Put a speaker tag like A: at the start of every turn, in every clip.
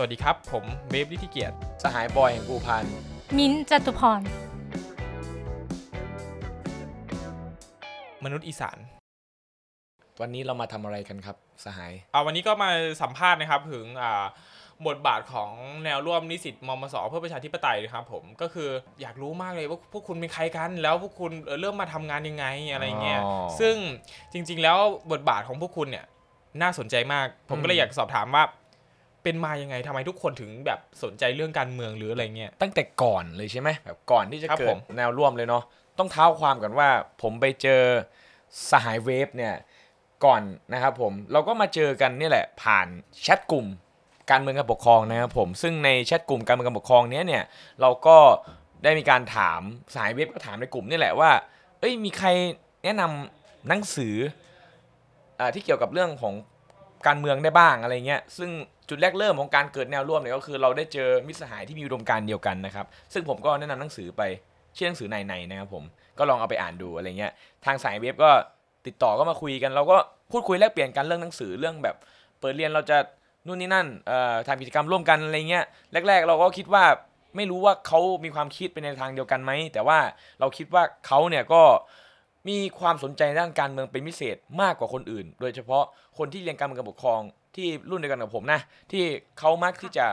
A: วัสดีครับ ผมเวฟลิทธิเกียรติสหายบอยแห่งภูพาน
B: มิ้นท์จตุพร
A: มนุษย์อีสาน
C: วันนี้เรามาทำอะไรกันครับ สหาย
A: อ่าวันนี้ก็มาสัมภาษณ์นะครับถึงอ่าบทบาทของแนวร่วมนิสิตมมสเพื่อประชาธิปไตยนะครับผมก็คืออยากรู้มากเลยว่าพวกคุณเป็นใครกันแล้วพวกคุณเอ่อเริ่มมาทำงานยังไงอะไรเงี้ย
C: อ๋อ
A: ซึ่งจริง ๆ แล้วบทบาทของพวกคุณเนี่ยน่าสนใจมาก ผมก็เลยอยากสอบถามว่า เป็นมายังไงทำไมทุกคนถึงแบบสนใจเรื่องการเมืองหรืออะไรเงี้ย
C: ตั้งแต่ก่อนเลยใช่ไหมแบบก่อนที่จะ
A: ครับ
C: เกิ
A: ผ
C: ด
A: ม
C: แนวร่วมเลยเนาะต้องเท้าความกันว่าผมไปเจอสหายเวฟเนี่ยก่อนนะครับผมเราก็มาเจอกันเนี่ยแหละผ่านแชทกลุ่มการเมืองกับปกครองนะครับผมซึ่งในแชทกลุ่มการเมืองกับปกครองเนี้ยเนี่ยเราก็ได้มีการถามสหายเวฟก็ถามในกลุ่มเนี่ยแหละว่า เอ้ยมีใครแนะนำหนังสืออ่าที่เกี่ยวกับเรื่องของ การเมืองได้บ้างอะไรเงี้ย ซึ่งจุดแรกเริ่มของการเกิดแนวร่วมเนี่ยก็คือเราได้เจอมิตรสหายที่มีอุดมการณ์เดียวกันนะครับ ซึ่งผมก็แนะนำหนังสือไปชื่อหนังสือในในนะครับผม ก็ลองเอาไปอ่านดูอะไรเงี้ย ทางสายเว็บก็ติดต่อก็มาคุยกัน เราก็พูดคุยแลกเปลี่ยนกันเรื่องหนังสือเรื่องแบบ เปิดเรียนเราจะนู่นนี่นั่นเอ่อทำกิจกรรมร่วมกันอะไรเงี้ย แรก ๆ เราก็คิดว่าไม่รู้ว่าเขามีความคิดเป็นในทางเดียวกันไหม แต่ว่าเราคิดว่าเขาเนี่ยก็ มีความสนใจด้านการเมืองเป็นพิเศษมากกว่าคนอื่น โดยเฉพาะคนที่เรียนการเมืองกับปกครองที่รุ่นเดียวกันกับผมนะ ที่เขามักที่จะ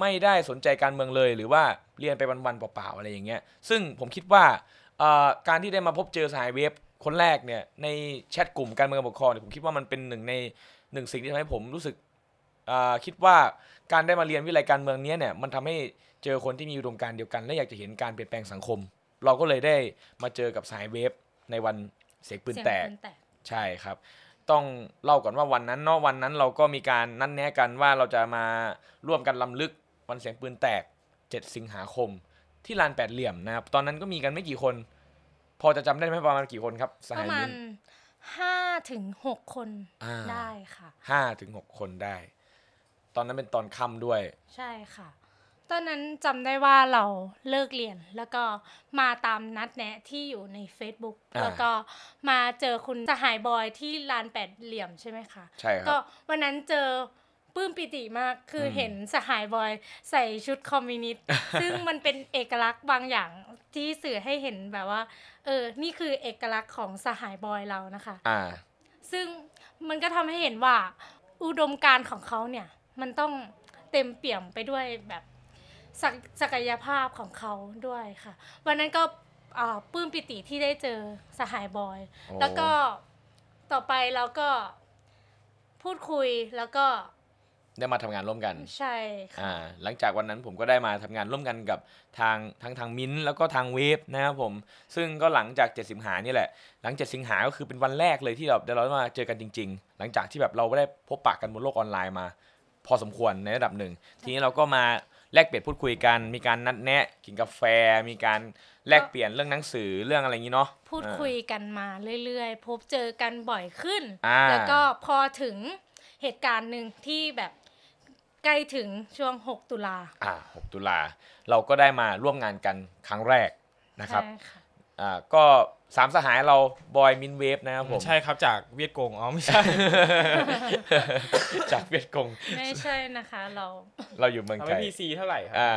C: ไม่ได้สนใจการเมืองเลย หรือว่าเรียนไปวันๆเปล่าๆอะไรอย่างเงี้ย ซึ่งผมคิดว่าเอ่อการที่ได้มาพบเจอสหายเวฟคนแรกเนี่ยในแชทกลุ่มการเมืองกับปกครองเนี่ยผมคิดว่ามันเป็นหนึ่งในหนึ่งสิ่งที่ทำให้ผมรู้สึกเอ่อคิดว่าการได้มาเรียนวิทยาลัยการเมืองเนี้ยเนี่ยมันทำให้เจอคนที่มีอุดมการณ์เดียวกัน และอยากจะเห็นการเปลี่ยนแปลงสังคม เราก็เลยได้มาเจอกับสหายเวฟ ในวันเสกปืนแตก ใช่ครับ ต้องเล่าก่อนว่าวันนั้นเนาะวันนั้นเราก็มีการนัดแนะกันว่าเราจะมาร่วมกันลํำลึกวันเสียงปืนแตก 7 สิงหาคม ที่ลานแปดเหลี่ยมนะครับตอนนั้นก็มีกันไม่กี่คน พอจะจำได้ไหมประมาณกี่คนครับส
B: ป
C: หา
B: ระ
C: ย
B: มาณ
C: น
B: ห้าถึงหกคน
C: อ่า
B: ได้ค่ะ
C: ห้าถึงหกคนได้ ตอนนั้นเป็นตอนค่ำด้วย
B: ใช่ค่ะ ตอนนั้นจำได้ว่าเราเลิกเรียน แล้วก็มาตามนัดแนะที่อยู่ใน Facebook
C: อ่า
B: แล้วก็มาเจอคุณสหายบอยที่ลานแปดเหลี่ยมใช่ไหมคะ
C: ใช่ครับ
B: ก็วันนั้นเจอปลื้มปิติมาก คืออ
C: ม
B: เห็นสหายบอยใส่ชุดคอมมิวนิสต์ ซึ่งมันเป็นเอกลักษณ์บางอย่างที่สื่อให้เห็นแบบว่า เออ นี่คือเอกลักษณ์ของสหายบอยเรานะคะ
C: อ่า
B: ซึ่งมันก็ทำให้เห็นว่า อุดมการณ์ของเขาเนี่ย มันต้องเต็มเปี่ยมไปด้วยแบบศกศักยภาพของเขาด้วยค่ะ วันนั้นก็เอ่อปลื้มปิติที่ได้เจอสหายบอย
C: โอ้
B: แล้วก็ต่อไปเราก็พูดคุยแล้วก็
C: ได้มาทำงานร่วมกัน
B: ใช่ค่ะ
C: อ่าหลังจากวันนั้นผมก็ได้มาทำงานร่วมกันกับทางทั้งทางมิ้นท์แล้วก็ทางเวฟนะครับผม ซึ่งก็หลังจาก7สิงหานี่แหละ หลัง7สิงหาก็คือเป็นวันแรกเลยที่เราได้เราได้มาเจอกันจริง ๆ หลังจากที่แบบเราได้พบปะกันบนโลกออนไลน์มา พอสมควรในระดับหนึ่ง ทีนี้เราก็มาแลกเปลี่ยนพูดคุยกัน มีการนัดแนะกินกาแฟ มีการแลกเปลี่ยนเรื่องหนังสือเรื่องอะไรอย่างนี้เนาะ
B: พูด
C: อ่า
B: คุยกันมาเรื่อยๆ พบเจอกันบ่อยขึ้น
C: อ่า
B: แล้วก็พอถึงเหตุการณ์หนึ่งที่แบบใกล้ถึงช่วง 6 ตุลา
C: อ่า6ตุลาเราก็ได้มาร่วมงานกันครั้งแรกนะครับ
B: ใช่ค่ะ
C: อ่าก็สามสหายเราบอยมินท์เวฟนะครับผม
A: ใช่ครับจากเวียดกงอ๋อไม่ ใช่
C: จากเวียดกง
B: ไม่ใช่นะคะเรา
C: เราอยู่เมือง
A: เรา
C: ไท
A: ไม่
C: ย
A: พีซีเท่าไหร่ครั
C: อ่า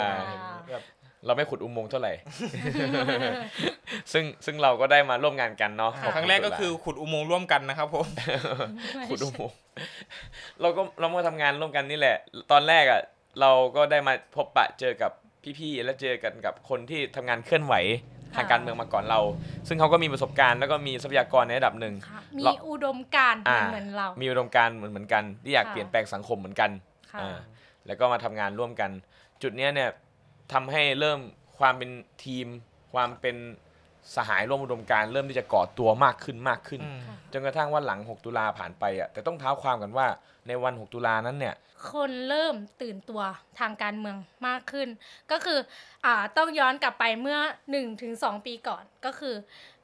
A: แบบ
C: เราไม่ขุดอุโมงค์เท่าไหร่ ซึ่งซึ่งเราก็ได้มาร่วมงานกันเนาะ
B: ค่ะ
A: ครั้งแรกก็คือขุดอุโมงค์ร่วมกันนะครับผม
C: ขุดอุโมงค์เราก็เรามาทำงานร่วมกันนี่แหละ ตอนแรกอ่ะเราก็ได้มาพบปะเจอกับพี่ๆและเจอกันกับคนที่ทำงานเคลื่อนไหวทางการเมืองมาก่อนเรา ซึ่งเขาก็มีประสบการณ์แล้วก็มีทรัพยากรในระดับหนึ่ง
B: ค่ะมี
C: เรา
B: อุดมการณ์เหมือน
C: อ่า
B: เหมือนเรา
C: มีอุดมการณ์เหมือนเหมือนกัน ที่อยาก
B: ค่ะ
C: เปลี่ยนแปลงสังคมเหมือนกัน
B: ค่ะ
C: อ่าแล้วก็มาทำงานร่วมกัน จุดเนี้ยเนี่ยทำให้เริ่มความเป็นทีม ความเป็นสหายร่วมอุดมการณ์เริ่มที่จะก่อตัวมากขึ้นมากขึ้น
B: ค่ะ
C: จนกระทั่งว่าหลัง 6 ตุลาผ่านไปอ่ะแต่ต้องเท้าความกันว่าในวัน 6 ตุลานั้นเนี่ย
B: คนเริ่มตื่นตัวทางการเมืองมากขึ้น ก็คืออ่าต้องย้อนกลับไปเมื่อ 1-2 ปีก่อนก็คือ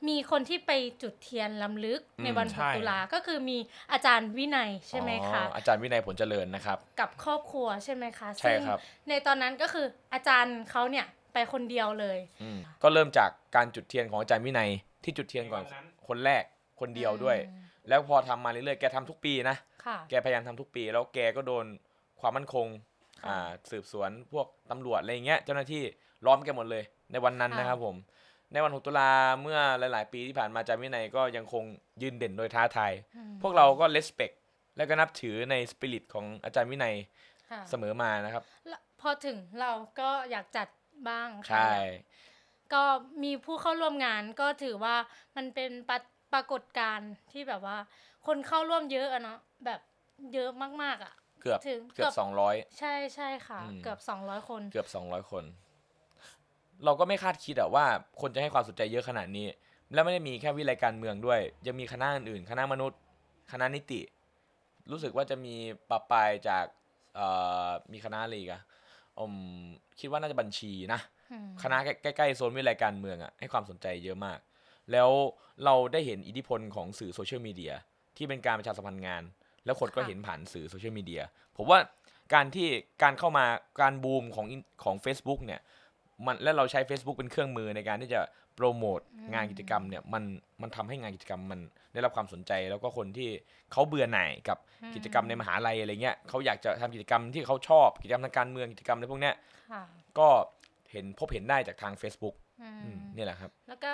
B: มีคนที่ไปจุดเทียนลำลึกในวัน
A: อืมใช่
B: 6ตุลาก็คือมีอาจารย์วินัยใช่ไหมคะ
C: อ๋ออาจารย์วินัยผลเจริญนะครับ
B: กับครอบครัวใช่ไหมคะ
C: ใช่
B: ซึ่ง
C: ครับ
B: ในตอนนั้นก็คืออาจารย์เขาเนี่ยไปคนเดียวเลย
C: อืมก็เริ่มจากการจุดเทียนของอาจารย์วินัยที่จุดเทียนก่อนคนแรกคนเดียวด้วย
B: อืม
C: แล้วพอทำมาเรื่อยๆแกทำทุกปีนะ
B: ค่ะ
C: แกพยายามทำทุกปีแล้วแกก็โดนความมั่นคง
B: ค่ะ
C: อ่าสืบสวนพวกตำรวจอะไรเงี้ยเจ้าหน้าที่ล้อมแกหมดเลย ในวันนั้น
B: ค่ะ
C: นะครับผม ในวัน 6 ตุลาเมื่อหลาย ๆ ปีที่ผ่านมาจามินัยก็ยังคงยืนเด่นโดยท้าทาย
B: อืม
C: พวกเราก็เลสเปกและก็นับถือในสปิริตของอาจารย์วินัย
B: ค่ะ
C: เสมอมานะครับ
B: แล้วพอถึงเราก็อยากจัดบ้างค่ะ
C: ใช่
B: ก็มีผู้เข้าร่วมงานก็ถือว่ามันเป็นปราปรากฏการณ์ที่แบบว่า คนเข้าร่วมเยอะอะเนาะแบบเยอะมากๆอ่ะ
C: เกือบ
B: ถึง
C: เกือบ 200
B: ใช่ใช่ค่ะ
C: อืม
B: เกือบ 200 คน
C: เกือบ 200 คน เราก็ไม่คาดคิดอะว่าคนจะให้ความสนใจเยอะขนาดนี้ แล้วไม่ได้มีแค่วิรายการเมืองด้วย ยังมีคณะอื่นๆ คณะมนุษย์ คณะนิติ รู้สึกว่าจะมีปะปายจากเอ่อมีคณะอะไรอีกอะอมคิดว่าน่าจะบัญชีนะ
B: อืม
C: คณะใกล้ๆโซนวิรายการเมืองอะให้ความสนใจเยอะมาก แล้วเราได้เห็นอิทธิพลของสื่อโซเชียลมีเดียที่เป็นการประชาสัมพันธ์งาน แล้วคนก็
B: ค่ะ
C: เห็นผ่านสื่อโซเชียลมีเดียผมว่าการที่การเข้ามาการบูมของอินของ Facebook เนี่ยมันและเราใช้ Facebook เป็นเครื่องมือในการที่จะโปรโมทงานกิจกรรมเนี่ยมันมันทำให้งานกิจกรรมมันได้รับความสนใจ แล้วก็คนที่เขาเบื่อหน่ายกับกิจกรรมในมหาลัยอะไรเงี้ยเขาอยากจะทำกิจกรรมที่เขาชอบกิจกรรมทางการเมืองกิจกรรมอะไรพวกเนี้ย
B: ค่ะ
C: ก็เห็นพบเห็นได้จากทาง Facebook
B: อื
C: อืม
B: ม
C: นี่แหละครับ
B: แล้วก็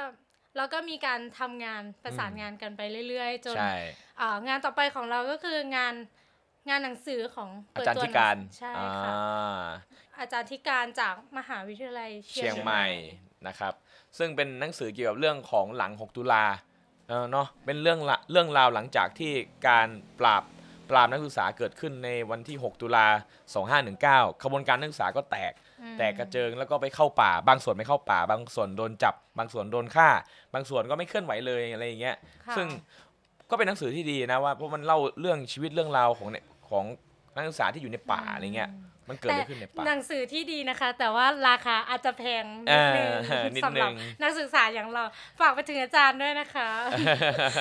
B: เราก็มีการทำงานประสานงานกันไปเรื่อยๆ จน
C: ใช่
B: อ่างานต่อไปของเราก็คืองานงานหนังสือของ
C: อา
B: เปิด
C: จารย์
B: ตัว
C: ที่การ
B: หนังสือใช่
C: อ่
B: ค่ะ
C: า
B: อาจารย์ที่การจากมหาวิทยาลัย
C: เชียงใหม่นะครับ ซึ่งเป็นหนังสือเกี่ยวกับเรื่องของหลัง 6 ตุลาเออเนาะเป็นเรื่องละเรื่องราวหลังจากที่การปราบปรามนักศึกษาเกิดขึ้นในวันที่ 6 ตุลา 2519ขบวนการนักศึกษาก็แตก
B: อืม
C: แตกกระเจิงแล้วก็ไปเข้าป่า บางส่วนไม่เข้าป่า บางส่วนโดนจับ บางส่วนโดนฆ่า บางส่วนก็ไม่เคลื่อนไหวเลยอะไรอย่างเงี้ย
B: ค่ะ
C: ซึ่งก็เป็นหนังสือที่ดีนะว่าเพราะมันเล่าเรื่องชีวิตเรื่องราวของเนี่ยของนักศึกษาที่อยู่ในป่าอะไรเงี้ยมันเกิดอะไรขึ้นในป่า
B: หนังสือที่ดีนะคะ แต่ว่าราคาอาจจะแพงนิดนึง
C: เออนิดนึง
B: สำหรับนักศึกษาอย่างเราฝากไปถึงอาจารย์ด้วยนะคะ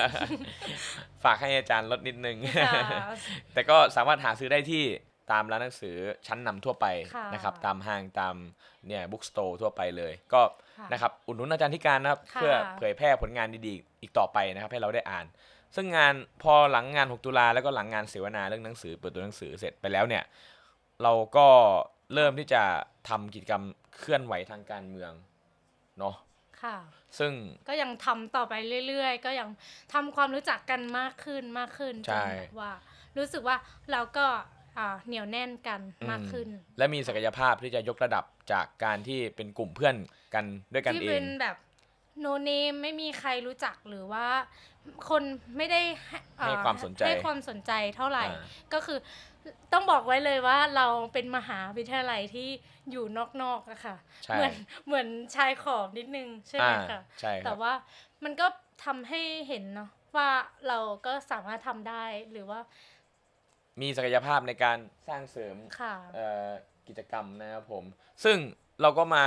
C: ฝากให้อาจารย์ลดนิดนึง
B: ค่ะ
C: แต่ก็สามารถหาซื้อได้ที่ตามร้านหนังสือชั้นนำทั่วไป
B: ค่ะ
C: นะครับ ตามห้างตามเนี่ยบุ๊กสโตร์ทั่วไปเลย ก็
B: ค่ะ
C: นะครับอุดหนุนอาจารย์ที่การนะครับ
B: ค่ะ
C: เพื่อเผยแพร่ผลงานดีๆ อีกต่อไปนะครับ ให้เราได้อ่าน ซึ่งงานพอหลังงาน 6 ตุลาแล้วก็หลังงานเสวนาเรื่องหนังสือเปิดตัวหนังสือเสร็จไปแล้วเนี่ย เราก็เริ่มที่จะทำกิจกรรมเคลื่อนไหวทางการเมืองเนาะ
B: ค่ะ
C: ซึ่ง
B: ก็ยังทำต่อไปเรื่อยๆ ก็ยังทำความรู้จักกันมากขึ้นมากขึ้นจ
C: ใช่
B: นแบบว่า รู้สึกว่าเราก็อ่าเหนียวแน่นกันมากขึ้น
C: อืมและมีศักยภาพที่จะยกระดับจากการที่เป็นกลุ่มเพื่อนกันด้วยกัน
B: ที่
C: เอ
B: เป็
C: ง
B: นแบบโนเนมไม่มีใครรู้จักหรือว่า คนไม่ได้ให้อ่
C: ให้ความสนใจ
B: ให้ความสนใจเท่าไหร่
C: อ่า
B: ก็คือต้องบอกไว้เลยว่าเราเป็นมหาวิทยาลัยที่อยู่นอกๆอะค่ะ
C: ใช่
B: เหมือนเหมือนชายขอบนิดนึงใช่ไหม
C: อ่า
B: คะ
C: ใช่ค
B: แต่
C: รับ
B: ว่ามันก็ทำให้เห็นเนาะว่าเราก็สามารถทำได้หรือว่า
C: มีศักยภาพในการสร้างเสริม
B: ค่ะ
C: เอ่อกิจกรรมนะครับผม ซึ่งเราก็มา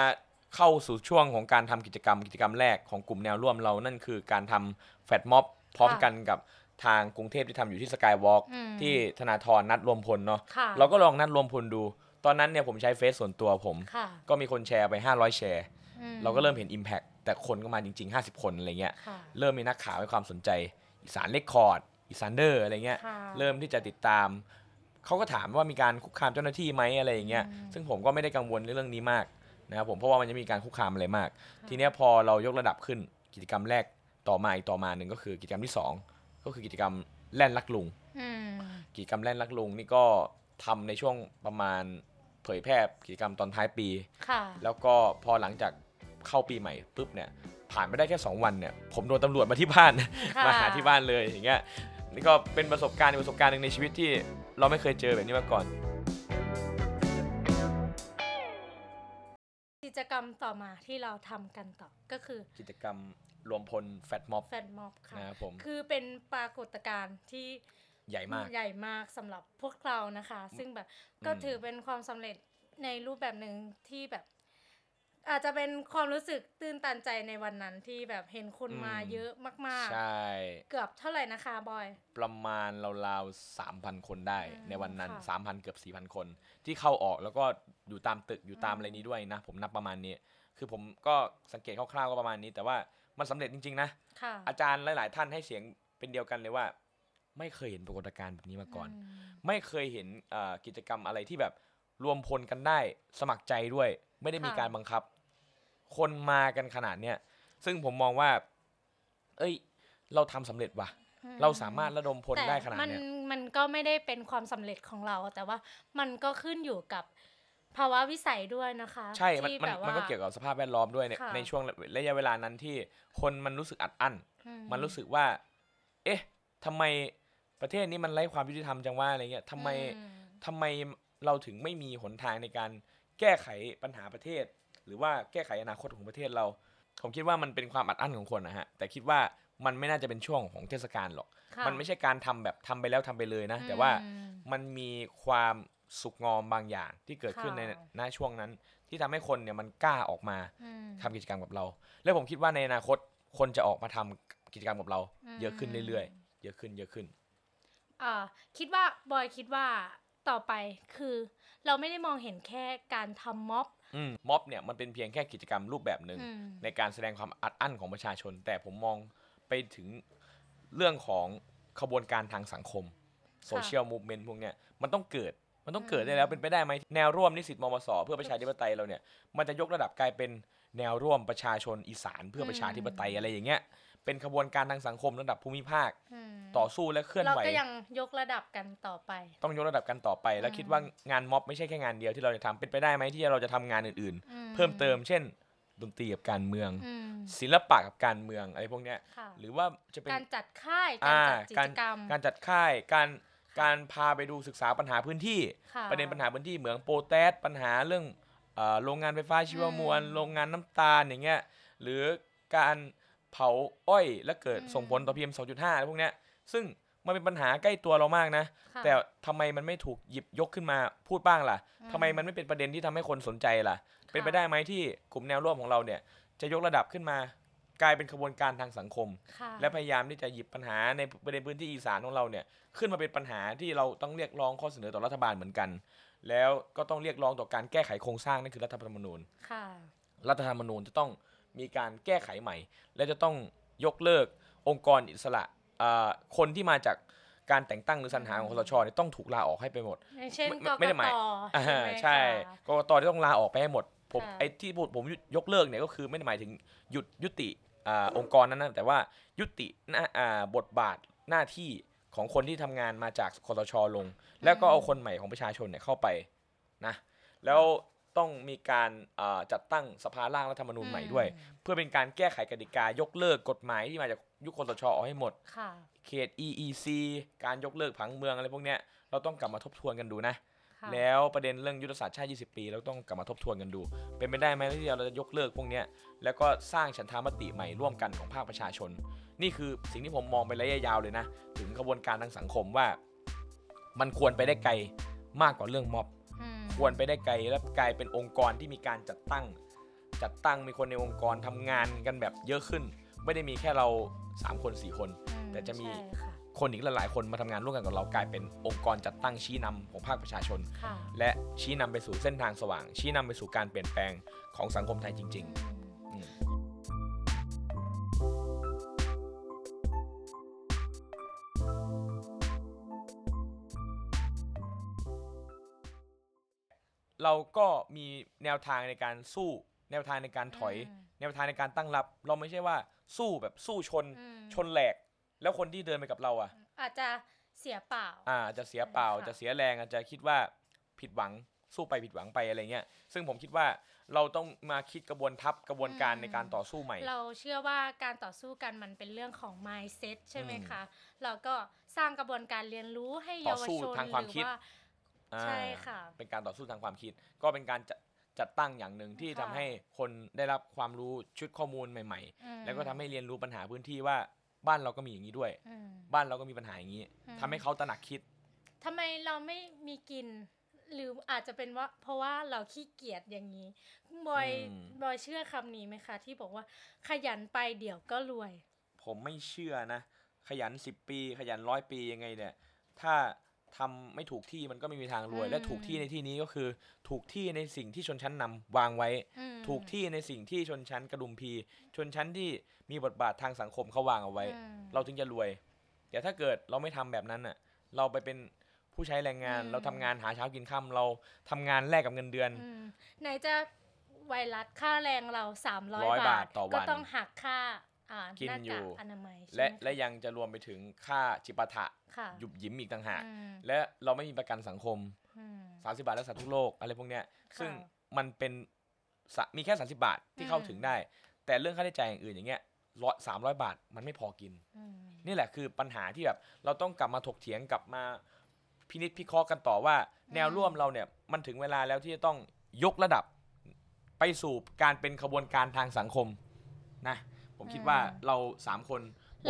C: เข้าสู่ช่วงของการทำกิจกรรม กิจกรรมแรกของกลุ่มแนวร่วมเรานั่นคือการทำแฟดม็อบพร้อมกันกับทางกรุงเทพที่ทำอยู่ที่สกายวอล์ก
B: อืม
C: ที่ธนาธรนัดรวมพลเนาะ
B: ค่ะ
C: เราก็ลองนัดรวมพลดู ตอนนั้นเนี่ยผมใช้เฟซส่วนตัวผม
B: ค่ะ
C: ก็มีคนแชร์ไป 500 แชร์
B: อื
C: เราก็เริ่มเห็น Impact แต่คนก็มาจริง ๆ 50 คนอะไรเงี้ย
B: ค่ะ
C: เริ่มมีนักข่าวให้ความสนใจ อีสานเลคคอร์ด อีสานเดอร์อะไรเงี้ย
B: ค่ะ
C: เริ่มที่จะติดตาม เขาก็ถามว่ามีการคุกคามเจ้าหน้าที่ไหมอะไรอย่างเงี้ย
B: อืม
C: ซึ่งผมก็ไม่ได้กังวลเรื่องนี้มากนะครับผม เพราะว่ามันจะมีการคุกคามอะไรมาก ทีเนี้ยพอเรายกระดับขึ้นกิจกรรมแรกต่อมาอีกต่อมาหนึ่งก็คือกิจกรรมที่สองก็คือกิจกรรมแล่นลักลุง
B: อืม
C: กิจกรรมแล่นลักลุงนี่ก็ทำในช่วงประมาณเผยแพร่กิจกรรมตอนท้ายปี
B: ค่ะ
C: แล้วก็พอหลังจากเข้าปีใหม่ปุ๊บเนี่ยผ่านไปได้แค่ 2 วันเนี่ยผมโดนตำรวจมาที่บ้าน
B: ค่ะ
C: มาหาที่บ้านเลยอย่างเงี้ยนี่ก็เป็นประสบการณ์อีกประสบการณ์หนึ่งในชีวิตที่เราไม่เคยเจอแบบนี้มาก่อน
B: กิจกรรมต่อมาที่เราทำกันต่อก็คือ
C: กิจกรรมรวมพลแฟตม็อบ
B: แฟนมอบค่ะ
C: นะครับผม
B: คือเป็นปรากฏการณ์ที่
C: ใหญ่มาก
B: ใหญ่มากสำหรับพวกเรานะคะ ซึ่งแบบก็
C: อืม
B: ถือเป็นความสำเร็จในรูปแบบหนึ่งที่แบบ อาจจะเป็นความรู้สึกตื้นตันใจในวันนั้นที่แบบเห็นคนมาเยอะมาก
C: ใช่
B: ๆ เกือบเท่าไหร่นะคะบอย
C: ประมาณราวๆ3,000 คนได้
B: อืม
C: ในวันนั้น
B: ค่ะ
C: 3,000 เกือบ 4,000 คน ที่เข้าออกแล้วก็อยู่ตามตึกอยู่ตาม
B: อืม
C: อะไรนี้ด้วยนะ ผมนับประมาณนี้ คือผมก็สังเกตคร่าวๆก็ประมาณนี้ แต่ว่ามันสำเร็จจริงๆนะ
B: ค่ะ
C: อาจารย์หลาย ๆ ท่านให้เสียงเป็นเดียวกันเลยว่า ไม่เคยเห็นปรากฏการณ์แบบนี้มาก่อน
B: อืม
C: ไม่เคยเห็นเอ่อกิจกรรมอะไรที่แบบ รวมพลกันได้สมัครใจด้วย ไม่ได้มี
B: ค่ะ
C: การบังคับ คนมากันขนาดเนี้ยซึ่งผมมองว่า เอ้ย เราทำสำเร็จว่ะ
B: อืม
C: เราสามารถระดมพลได้ขนาด
B: แต่มั
C: เนี้ย
B: มันก็ไม่ได้เป็นความสำเร็จของเรา แต่ว่ามันก็ขึ้นอยู่กับภาวะวิสัยด้วยนะคะ
C: ใช่มัน
B: ที่
C: มัน
B: แบบว่า
C: มันก็เกี่ยวกับสภาพแวดล้อมด้วยเนี่ย
B: ค่ะ
C: ในช่วงระยะเวลานั้นที่คนมันรู้สึกอัดอั้น
B: อื
C: มันรู้สึกว่า เอ๊ะทำไมประเทศนี้มันไร้ความยุติธรรมจังว่าอะไรเงี้ยทำไม
B: อืม
C: ทำไมเราถึงไม่มีหนทางในการแก้ไขปัญหาประเทศ หรือว่าแก้ไขอนาคตของประเทศเรา ผมคิดว่ามันเป็นความอัดอั้นของคนนะฮะ แต่คิดว่ามันไม่น่าจะเป็นช่วงของเทศกาลหรอก
B: ค่ะ
C: มันไม่ใช่การทำแบบทำไปแล้วทำไปเลยนะ แต่ว่า
B: อืม
C: มันมีความสุกงอมบางอย่างที่เกิดขึ้นใน
B: ค่ะ
C: ณช่วงนั้น ที่ทำให้คนเนี่ยมันกล้าออกมา
B: อืม
C: ทำกิจกรรมกับเรา และผมคิดว่าในอนาคตคนจะออกมาทำกิจกรรมกับเรา
B: อืม
C: เยอะขึ้นเรื่อยๆ เยอะขึ้นเยอะขึ้น
B: เอ่อคิดว่าบอยคิดว่าต่อไปคือเราไม่ได้มองเห็นแค่การทำม็อบ
C: อืมม็อบเนี่ยมันเป็นเพียงแค่กิจกรรมรูปแบบหนึ่ง
B: อืม
C: ในการแสดงความอัดอั้นของประชาชน แต่ผมมองไปถึงเรื่องของขบวนการทางสังคมโซเชียลมูฟเมนต์พวกเนี้ยมันต้องเกิดมันต้องเกิดได้แล้วเป็นไปได้ไหมแนวร่วมนิสิตมมสเพื่อประชาธิปไตยเราเนี่ยมันจะยกระดับกลายเป็นแนวร่วมประชาชนอีสาน เพื่อประชาธิปไตยอะไรอย่างเงี้ยเป็นขบวนการทางสังคมระดับภูมิภาค
B: ม
C: ต่อสู้และเคลื่อน
B: เรา
C: ไหว
B: ก็ยังยกระดับกันต่อไป
C: ต้องยกระดับกันต่อไป แล้วคิดว่างานม็อบไม่ใช่แค่งานเดียวที่เราจะทำเป็นไปได้ไหมที่เราจะทำงานอื่น
B: อืม
C: ๆ เพิ่มเติมเช่น ดนตรีกับการเมือง
B: อืม
C: ศิลปะกับการเมืองอะไรพวกเนี้ย
B: ค่ะ
C: หรือว่าจะเป็น
B: การจัดค่าย
C: อ่า
B: การจัดกิจกรรม
C: การจัดค่ายการการพาไปดูศึกษาปัญหาพื้นที่
B: ค่ะ
C: ประเด็นปัญหาพื้นที่เหมืองโปรแตสปัญหาเรื่องเอ่อโรงงานไฟฟ้าชีวมวล โรงงานน้ำตาลอย่างเงี้ยหรือการเผาอ้อยและเกิดส่งผลต่อพีเอ็มสองจุดห้าอะไรพวกเนี้ยซึ่งมันเป็นปัญหาใกล้ตัวเรามากนะ
B: ค่ะ
C: แต่ทำไมมันไม่ถูกหยิบยกขึ้นมาพูดบ้างล่ะทำไมมันไม่เป็นประเด็นที่ทำให้คนสนใจล่ะ เป็นไปได้ไหมที่กลุ่มแนวร่วมของเราเนี่ย จะยกระดับขึ้นมา กลายเป็นขบวนการทางสังคม
B: ค่ะ
C: และพยายามที่จะหยิบปัญหาในประเด็นพื้นที่อีสานของเราเนี่ยขึ้นมาเป็นปัญหาที่เราต้องเรียกร้องข้อเสนอต่อรัฐบาลเหมือนกัน แล้วก็ต้องเรียกร้องต่อการแก้ไขโครงสร้างนั่นคือรัฐธรรมนูญ
B: ค่ะ
C: รัฐธรรมนูญจะต้องมีการแก้ไขใหม่ และจะต้องยกเลิกองค์กรอิสระอ่าคนที่มาจากการแต่งตั้งหรือสรรหาของคอสชเนี่ยต้องถูกลาออกให้ไปหมด
B: อย่างเช่น
C: ไม่
B: ก
C: ไม่ได้
B: ก
C: หมาย
B: ต
C: อ่า
B: ใช่ไหม
C: ใช่
B: คะ
C: กกตจะต้องลาออกไปให้หมดผม
B: ค่ะ
C: ไอ้ที่พูดผมยกเลิกเนี่ยก็คือไม่ได้หมายถึงหยุดยุติอ่าองค์กรนั้นนะแต่ว่ายุติหน้าอ่าบทบาทหน้าที่ของคนที่ทำงานมาจากคอสชลง แล้วก็เอาคนใหม่ของประชาชนเนี่ยเข้าไปนะแล้วต้องมีการอ่าจัดตั้งสภาร่างรัฐธรรมนูญใหม่ด้วย เพื่อเป็นการแก้ไขกติกายกเลิกกฎหมายที่มาจากยุคคอสชออกให้หมด
B: ค่ะ
C: เขต EEC การยกเลิกผังเมืองอะไรพวกเนี้ยเราต้องกลับมาทบทวนกันดูนะ
B: ค่ะ
C: แล้วประเด็นเรื่องยุทธศาสตร์ชาติ 20 ปีเราต้องกลับมาทบทวนกันดู เป็นไปได้ไหมที่เราจะยกเลิกพวกเนี้ยแล้วก็สร้างฉันทามติใหม่ร่วมกันของภาคประชาชน นี่คือสิ่งที่ผมมองไประยะยาวเลยนะ ถึงกระบวนการทางสังคมว่า มันควรไปได้ไกลมากกว่าเรื่องม็อบ
B: อืม
C: ควรไปได้ไกลและกลายเป็นองค์กรที่มีการจัดตั้ง จัดตั้งมีคนในองค์กรทำงานกันแบบเยอะขึ้น ไม่ได้มีแค่เราสามคนสี่คน
B: อื
C: แต่จะมี
B: ใช่ค่ะ
C: คนอีกหลายๆคนมาทำงานร่วมกันกับเรากลายเป็นองค์กรจัดตั้งชี้นำของภาคประชาชน
B: ค่ะ
C: และชี้นำไปสู่เส้นทางสว่าง ชี้นำไปสู่การเปลี่ยนแปลงของสังคมไทยจริง
B: อืม
C: ๆอืมเราก็มีแนวทางในการสู้ แนวทางในการถอย
B: อืม
C: แนวทางในการตั้งรับ เราไม่ใช่ว่าสู้แบบสู้ชน
B: อืม
C: ชนแหลก แล้วคนที่เดินไปกับเราอ่ะ
B: อาจจะเสียเปล่า
C: อ่าอาจจะเสียเปล่า
B: ใช่ค่ะ
C: จะเสียแรงอาจจะคิดว่าผิดหวังสู้ไปผิดหวังไปอะไรเงี้ยซึ่งผมคิดว่าเราต้องมาคิดกระบวนทัพกระบวนการในการต่อสู้ใหม่
B: เราเชื่อว่าการต่อสู้กันมันเป็นเรื่องของ mindset ใช่ไหมคะ เราก็สร้างกระบวนการเรียนรู้ให้เยาว
C: ต่อสู้
B: ชน
C: ทางความคิด
B: หรือ
C: อ่า
B: ใช่ค่ะ
C: เป็นการต่อสู้ทางความคิด ก็เป็นการจัดจัดตั้งอย่างหนึ่งที่
B: ค่ะ
C: ทำให้คนได้รับความรู้ชุดข้อมูลใหม่
B: อืม
C: ๆ แล้วก็ทำให้เรียนรู้ปัญหาพื้นที่ว่าบ้านเราก็มีอย่างนี้ด้วย
B: อืม
C: บ้านเราก็มีปัญหาอย่างนี้
B: อืม
C: ทำให้เขาตระหนักคิด
B: ทำไมเราไม่มีกิน หรืออาจจะเป็นว่าเพราะว่าเราขี้เกียจอย่างนี้บอย
C: อืม
B: บอยเชื่อคำนี้ไหมคะ ที่บอกว่าขยันไปเดี๋ยวก็รวย
C: ผมไม่เชื่อนะ ขยัน 10 ปี ขยันร้อยปียังไงเนี่ย ถ้าทำไม่ถูกที่มันก็ไม่มีทางรวย
B: อืม
C: และถูกที่ในที่นี้ก็คือ ถูกที่ในสิ่งที่ชนชั้นนำวางไว้
B: อืม
C: ถูกที่ในสิ่งที่ชนชั้นกระดุมพี ชนชั้นที่มีบทบาททางสังคมเขาวางเอาไว้
B: อืม
C: เราถึงจะรวย แต่ถ้าเกิดเราไม่ทำแบบนั้นน่ะ เราไปเป็น ผู้ใช้แรงงาน
B: อืม
C: เราทำงานหาเช้ากินค่ำเราทำงานแลกกับเงินเดือน
B: อืมไหนจะไวรัสค่าแรงเรา
C: ร้อย
B: 300
C: บา
B: บา
C: ท
B: ท
C: ต่อวัน
B: ก็ต้องหักค่าอ่า
C: กิน
B: หน้า
C: อยู่
B: กากอนามัยใช่ไหม
C: และและยังจะรวมไปถึงค่าจิปาถะ
B: ค่ะ
C: หยุบหยิมอีกต่างหาก
B: อืม
C: และเราไม่มีประกันสังคม
B: อืม
C: 30 บาทรักษาทุกโรคอะไรพวกเนี้ย
B: ค่ะ
C: ซึ่งมันเป็นสะมีแค่ 30 บาทที่
B: อืม
C: เข้าถึงได้ แต่เรื่องค่าใช้จ่ายอย่างอื่นอย่างเงี้ยร้อยสามร้อยบาทมันไม่พอกิน
B: อืม
C: นี่แหละคือปัญหาที่แบบเราต้องกลับมาถกเถียงกลับมาพินิจพิเคราะห์กันต่อว่า แนวร่วมเราเนี่ยมันถึงเวลาแล้วที่จะต้องยกระดับไปสู่การเป็นขบวนการทางสังคมนะผมคิดว่าเราสามคน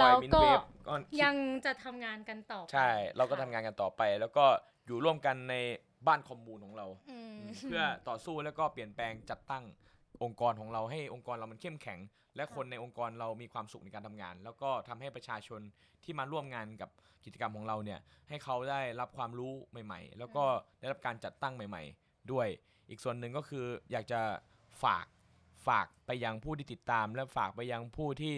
C: บอยมินเวฟก็คิด
B: ยังจะทำงานกันต่อไป
C: ใช่เราก็
B: ค่ะ
C: ทำงานกันต่อไป แล้วก็อยู่ร่วมกันในบ้านคอมมูนของเรา
B: อืม
C: เพื่อต่อสู้แล้วก็เปลี่ยนแปลงจัดตั้งองค์กรของเราให้องค์กรเรามันเข้มแข็ง และคนในองค์กรเรามีความสุขในการทำงาน แล้วก็ทำให้ประชาชนที่มาร่วมงานกับกิจกรรมของเราเนี่ยให้เขาได้รับความรู้ใหม่ ๆ แล้วก็ได้รับการจัดตั้งใหม่ ๆ ด้วย อีกส่วนหนึ่งก็คืออยากจะฝากฝากไปยังผู้ที่ติดตาม และฝากไปยังผู้ที่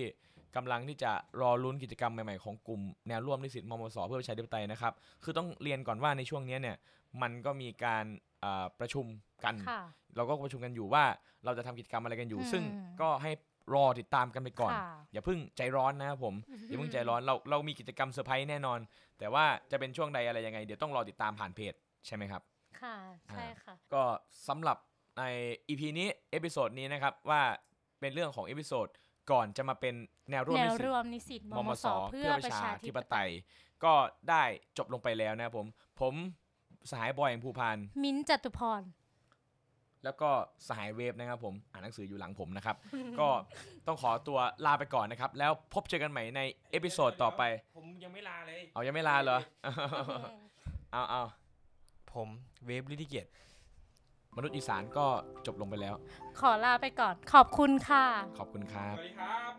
C: กำลังที่จะรอลุ้นกิจกรรมใหม่ๆของกลุ่มแนวร่วมนิสิตมมสเพื่อประชาธิปไตยนะครับ คือต้องเรียนก่อนว่าในช่วงเนี้ยเนี่ยมันก็มีการอ่าประชุมกัน
B: ค่ะ
C: เราก็ประชุมกันอยู่ว่าเราจะทำกิจกรรมอะไรกันอยู่
B: อืม
C: ซึ่งก็ให้รอติดตามกันไปก่อน
B: ค่ะ
C: อย่าเพิ่งใจร้อนนะครับผม
B: อือหือ
C: อ
B: อ
C: ย่าเพิ่งใจร้อนเราเรามีกิจกรรมเซอร์ไพรส์แน่นอน แต่ว่าจะเป็นช่วงใดอะไรยังไง เดี๋ยวต้องรอติดตามผ่านเพจใช่ไหมครับ
B: ค่ะ ใช่ค่ะ
C: ก็สำหรับใน EP นี้เอพิโซดนี้นะครับว่าเป็นเรื่องของเอพิโซดก่อนจะมาเป็นแนวร่วม
B: แน
C: ใน
B: ว
C: สิ
B: ร่วมนิสิตม
C: ม
B: ม
C: ม
B: ส
C: ส
B: เพื่
C: เพื่
B: อ
C: อ
B: ป
C: ประ ระ
B: ชา
C: ชา
B: ธิ
C: ธิ
B: ป
C: ป
B: ไต
C: ไต
B: ย
C: ย ก็ได้จบลงไปแล้วนะครับผม ผมสหายบอยอย่างภูพาน
B: มิ้นท์จตุพร
C: แล้วก็สหายเวฟนะครับผม อ่านหนังสืออยู่หลังผม นะครับ ก็ต้องขอตัวลาไปก่อนนะครับ แล้วพบเจอกันใหม่ในเอพิโซดต่อไป
A: ผมยังไม่ลาเลย
C: เอายังไม่ลาเหรอ เอาเอา
A: ผมเวฟลิทิเกียรติ
C: มนุษย์อีสานก็จบลงไปแล้ว
B: ขอลาไปก่อน ขอบคุณค่ะ
C: ขอบคุณครั
A: ส
C: บ
A: วัสดีครับ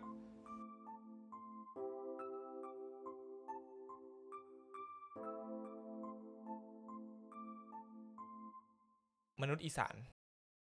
A: มนุษย์อีสาน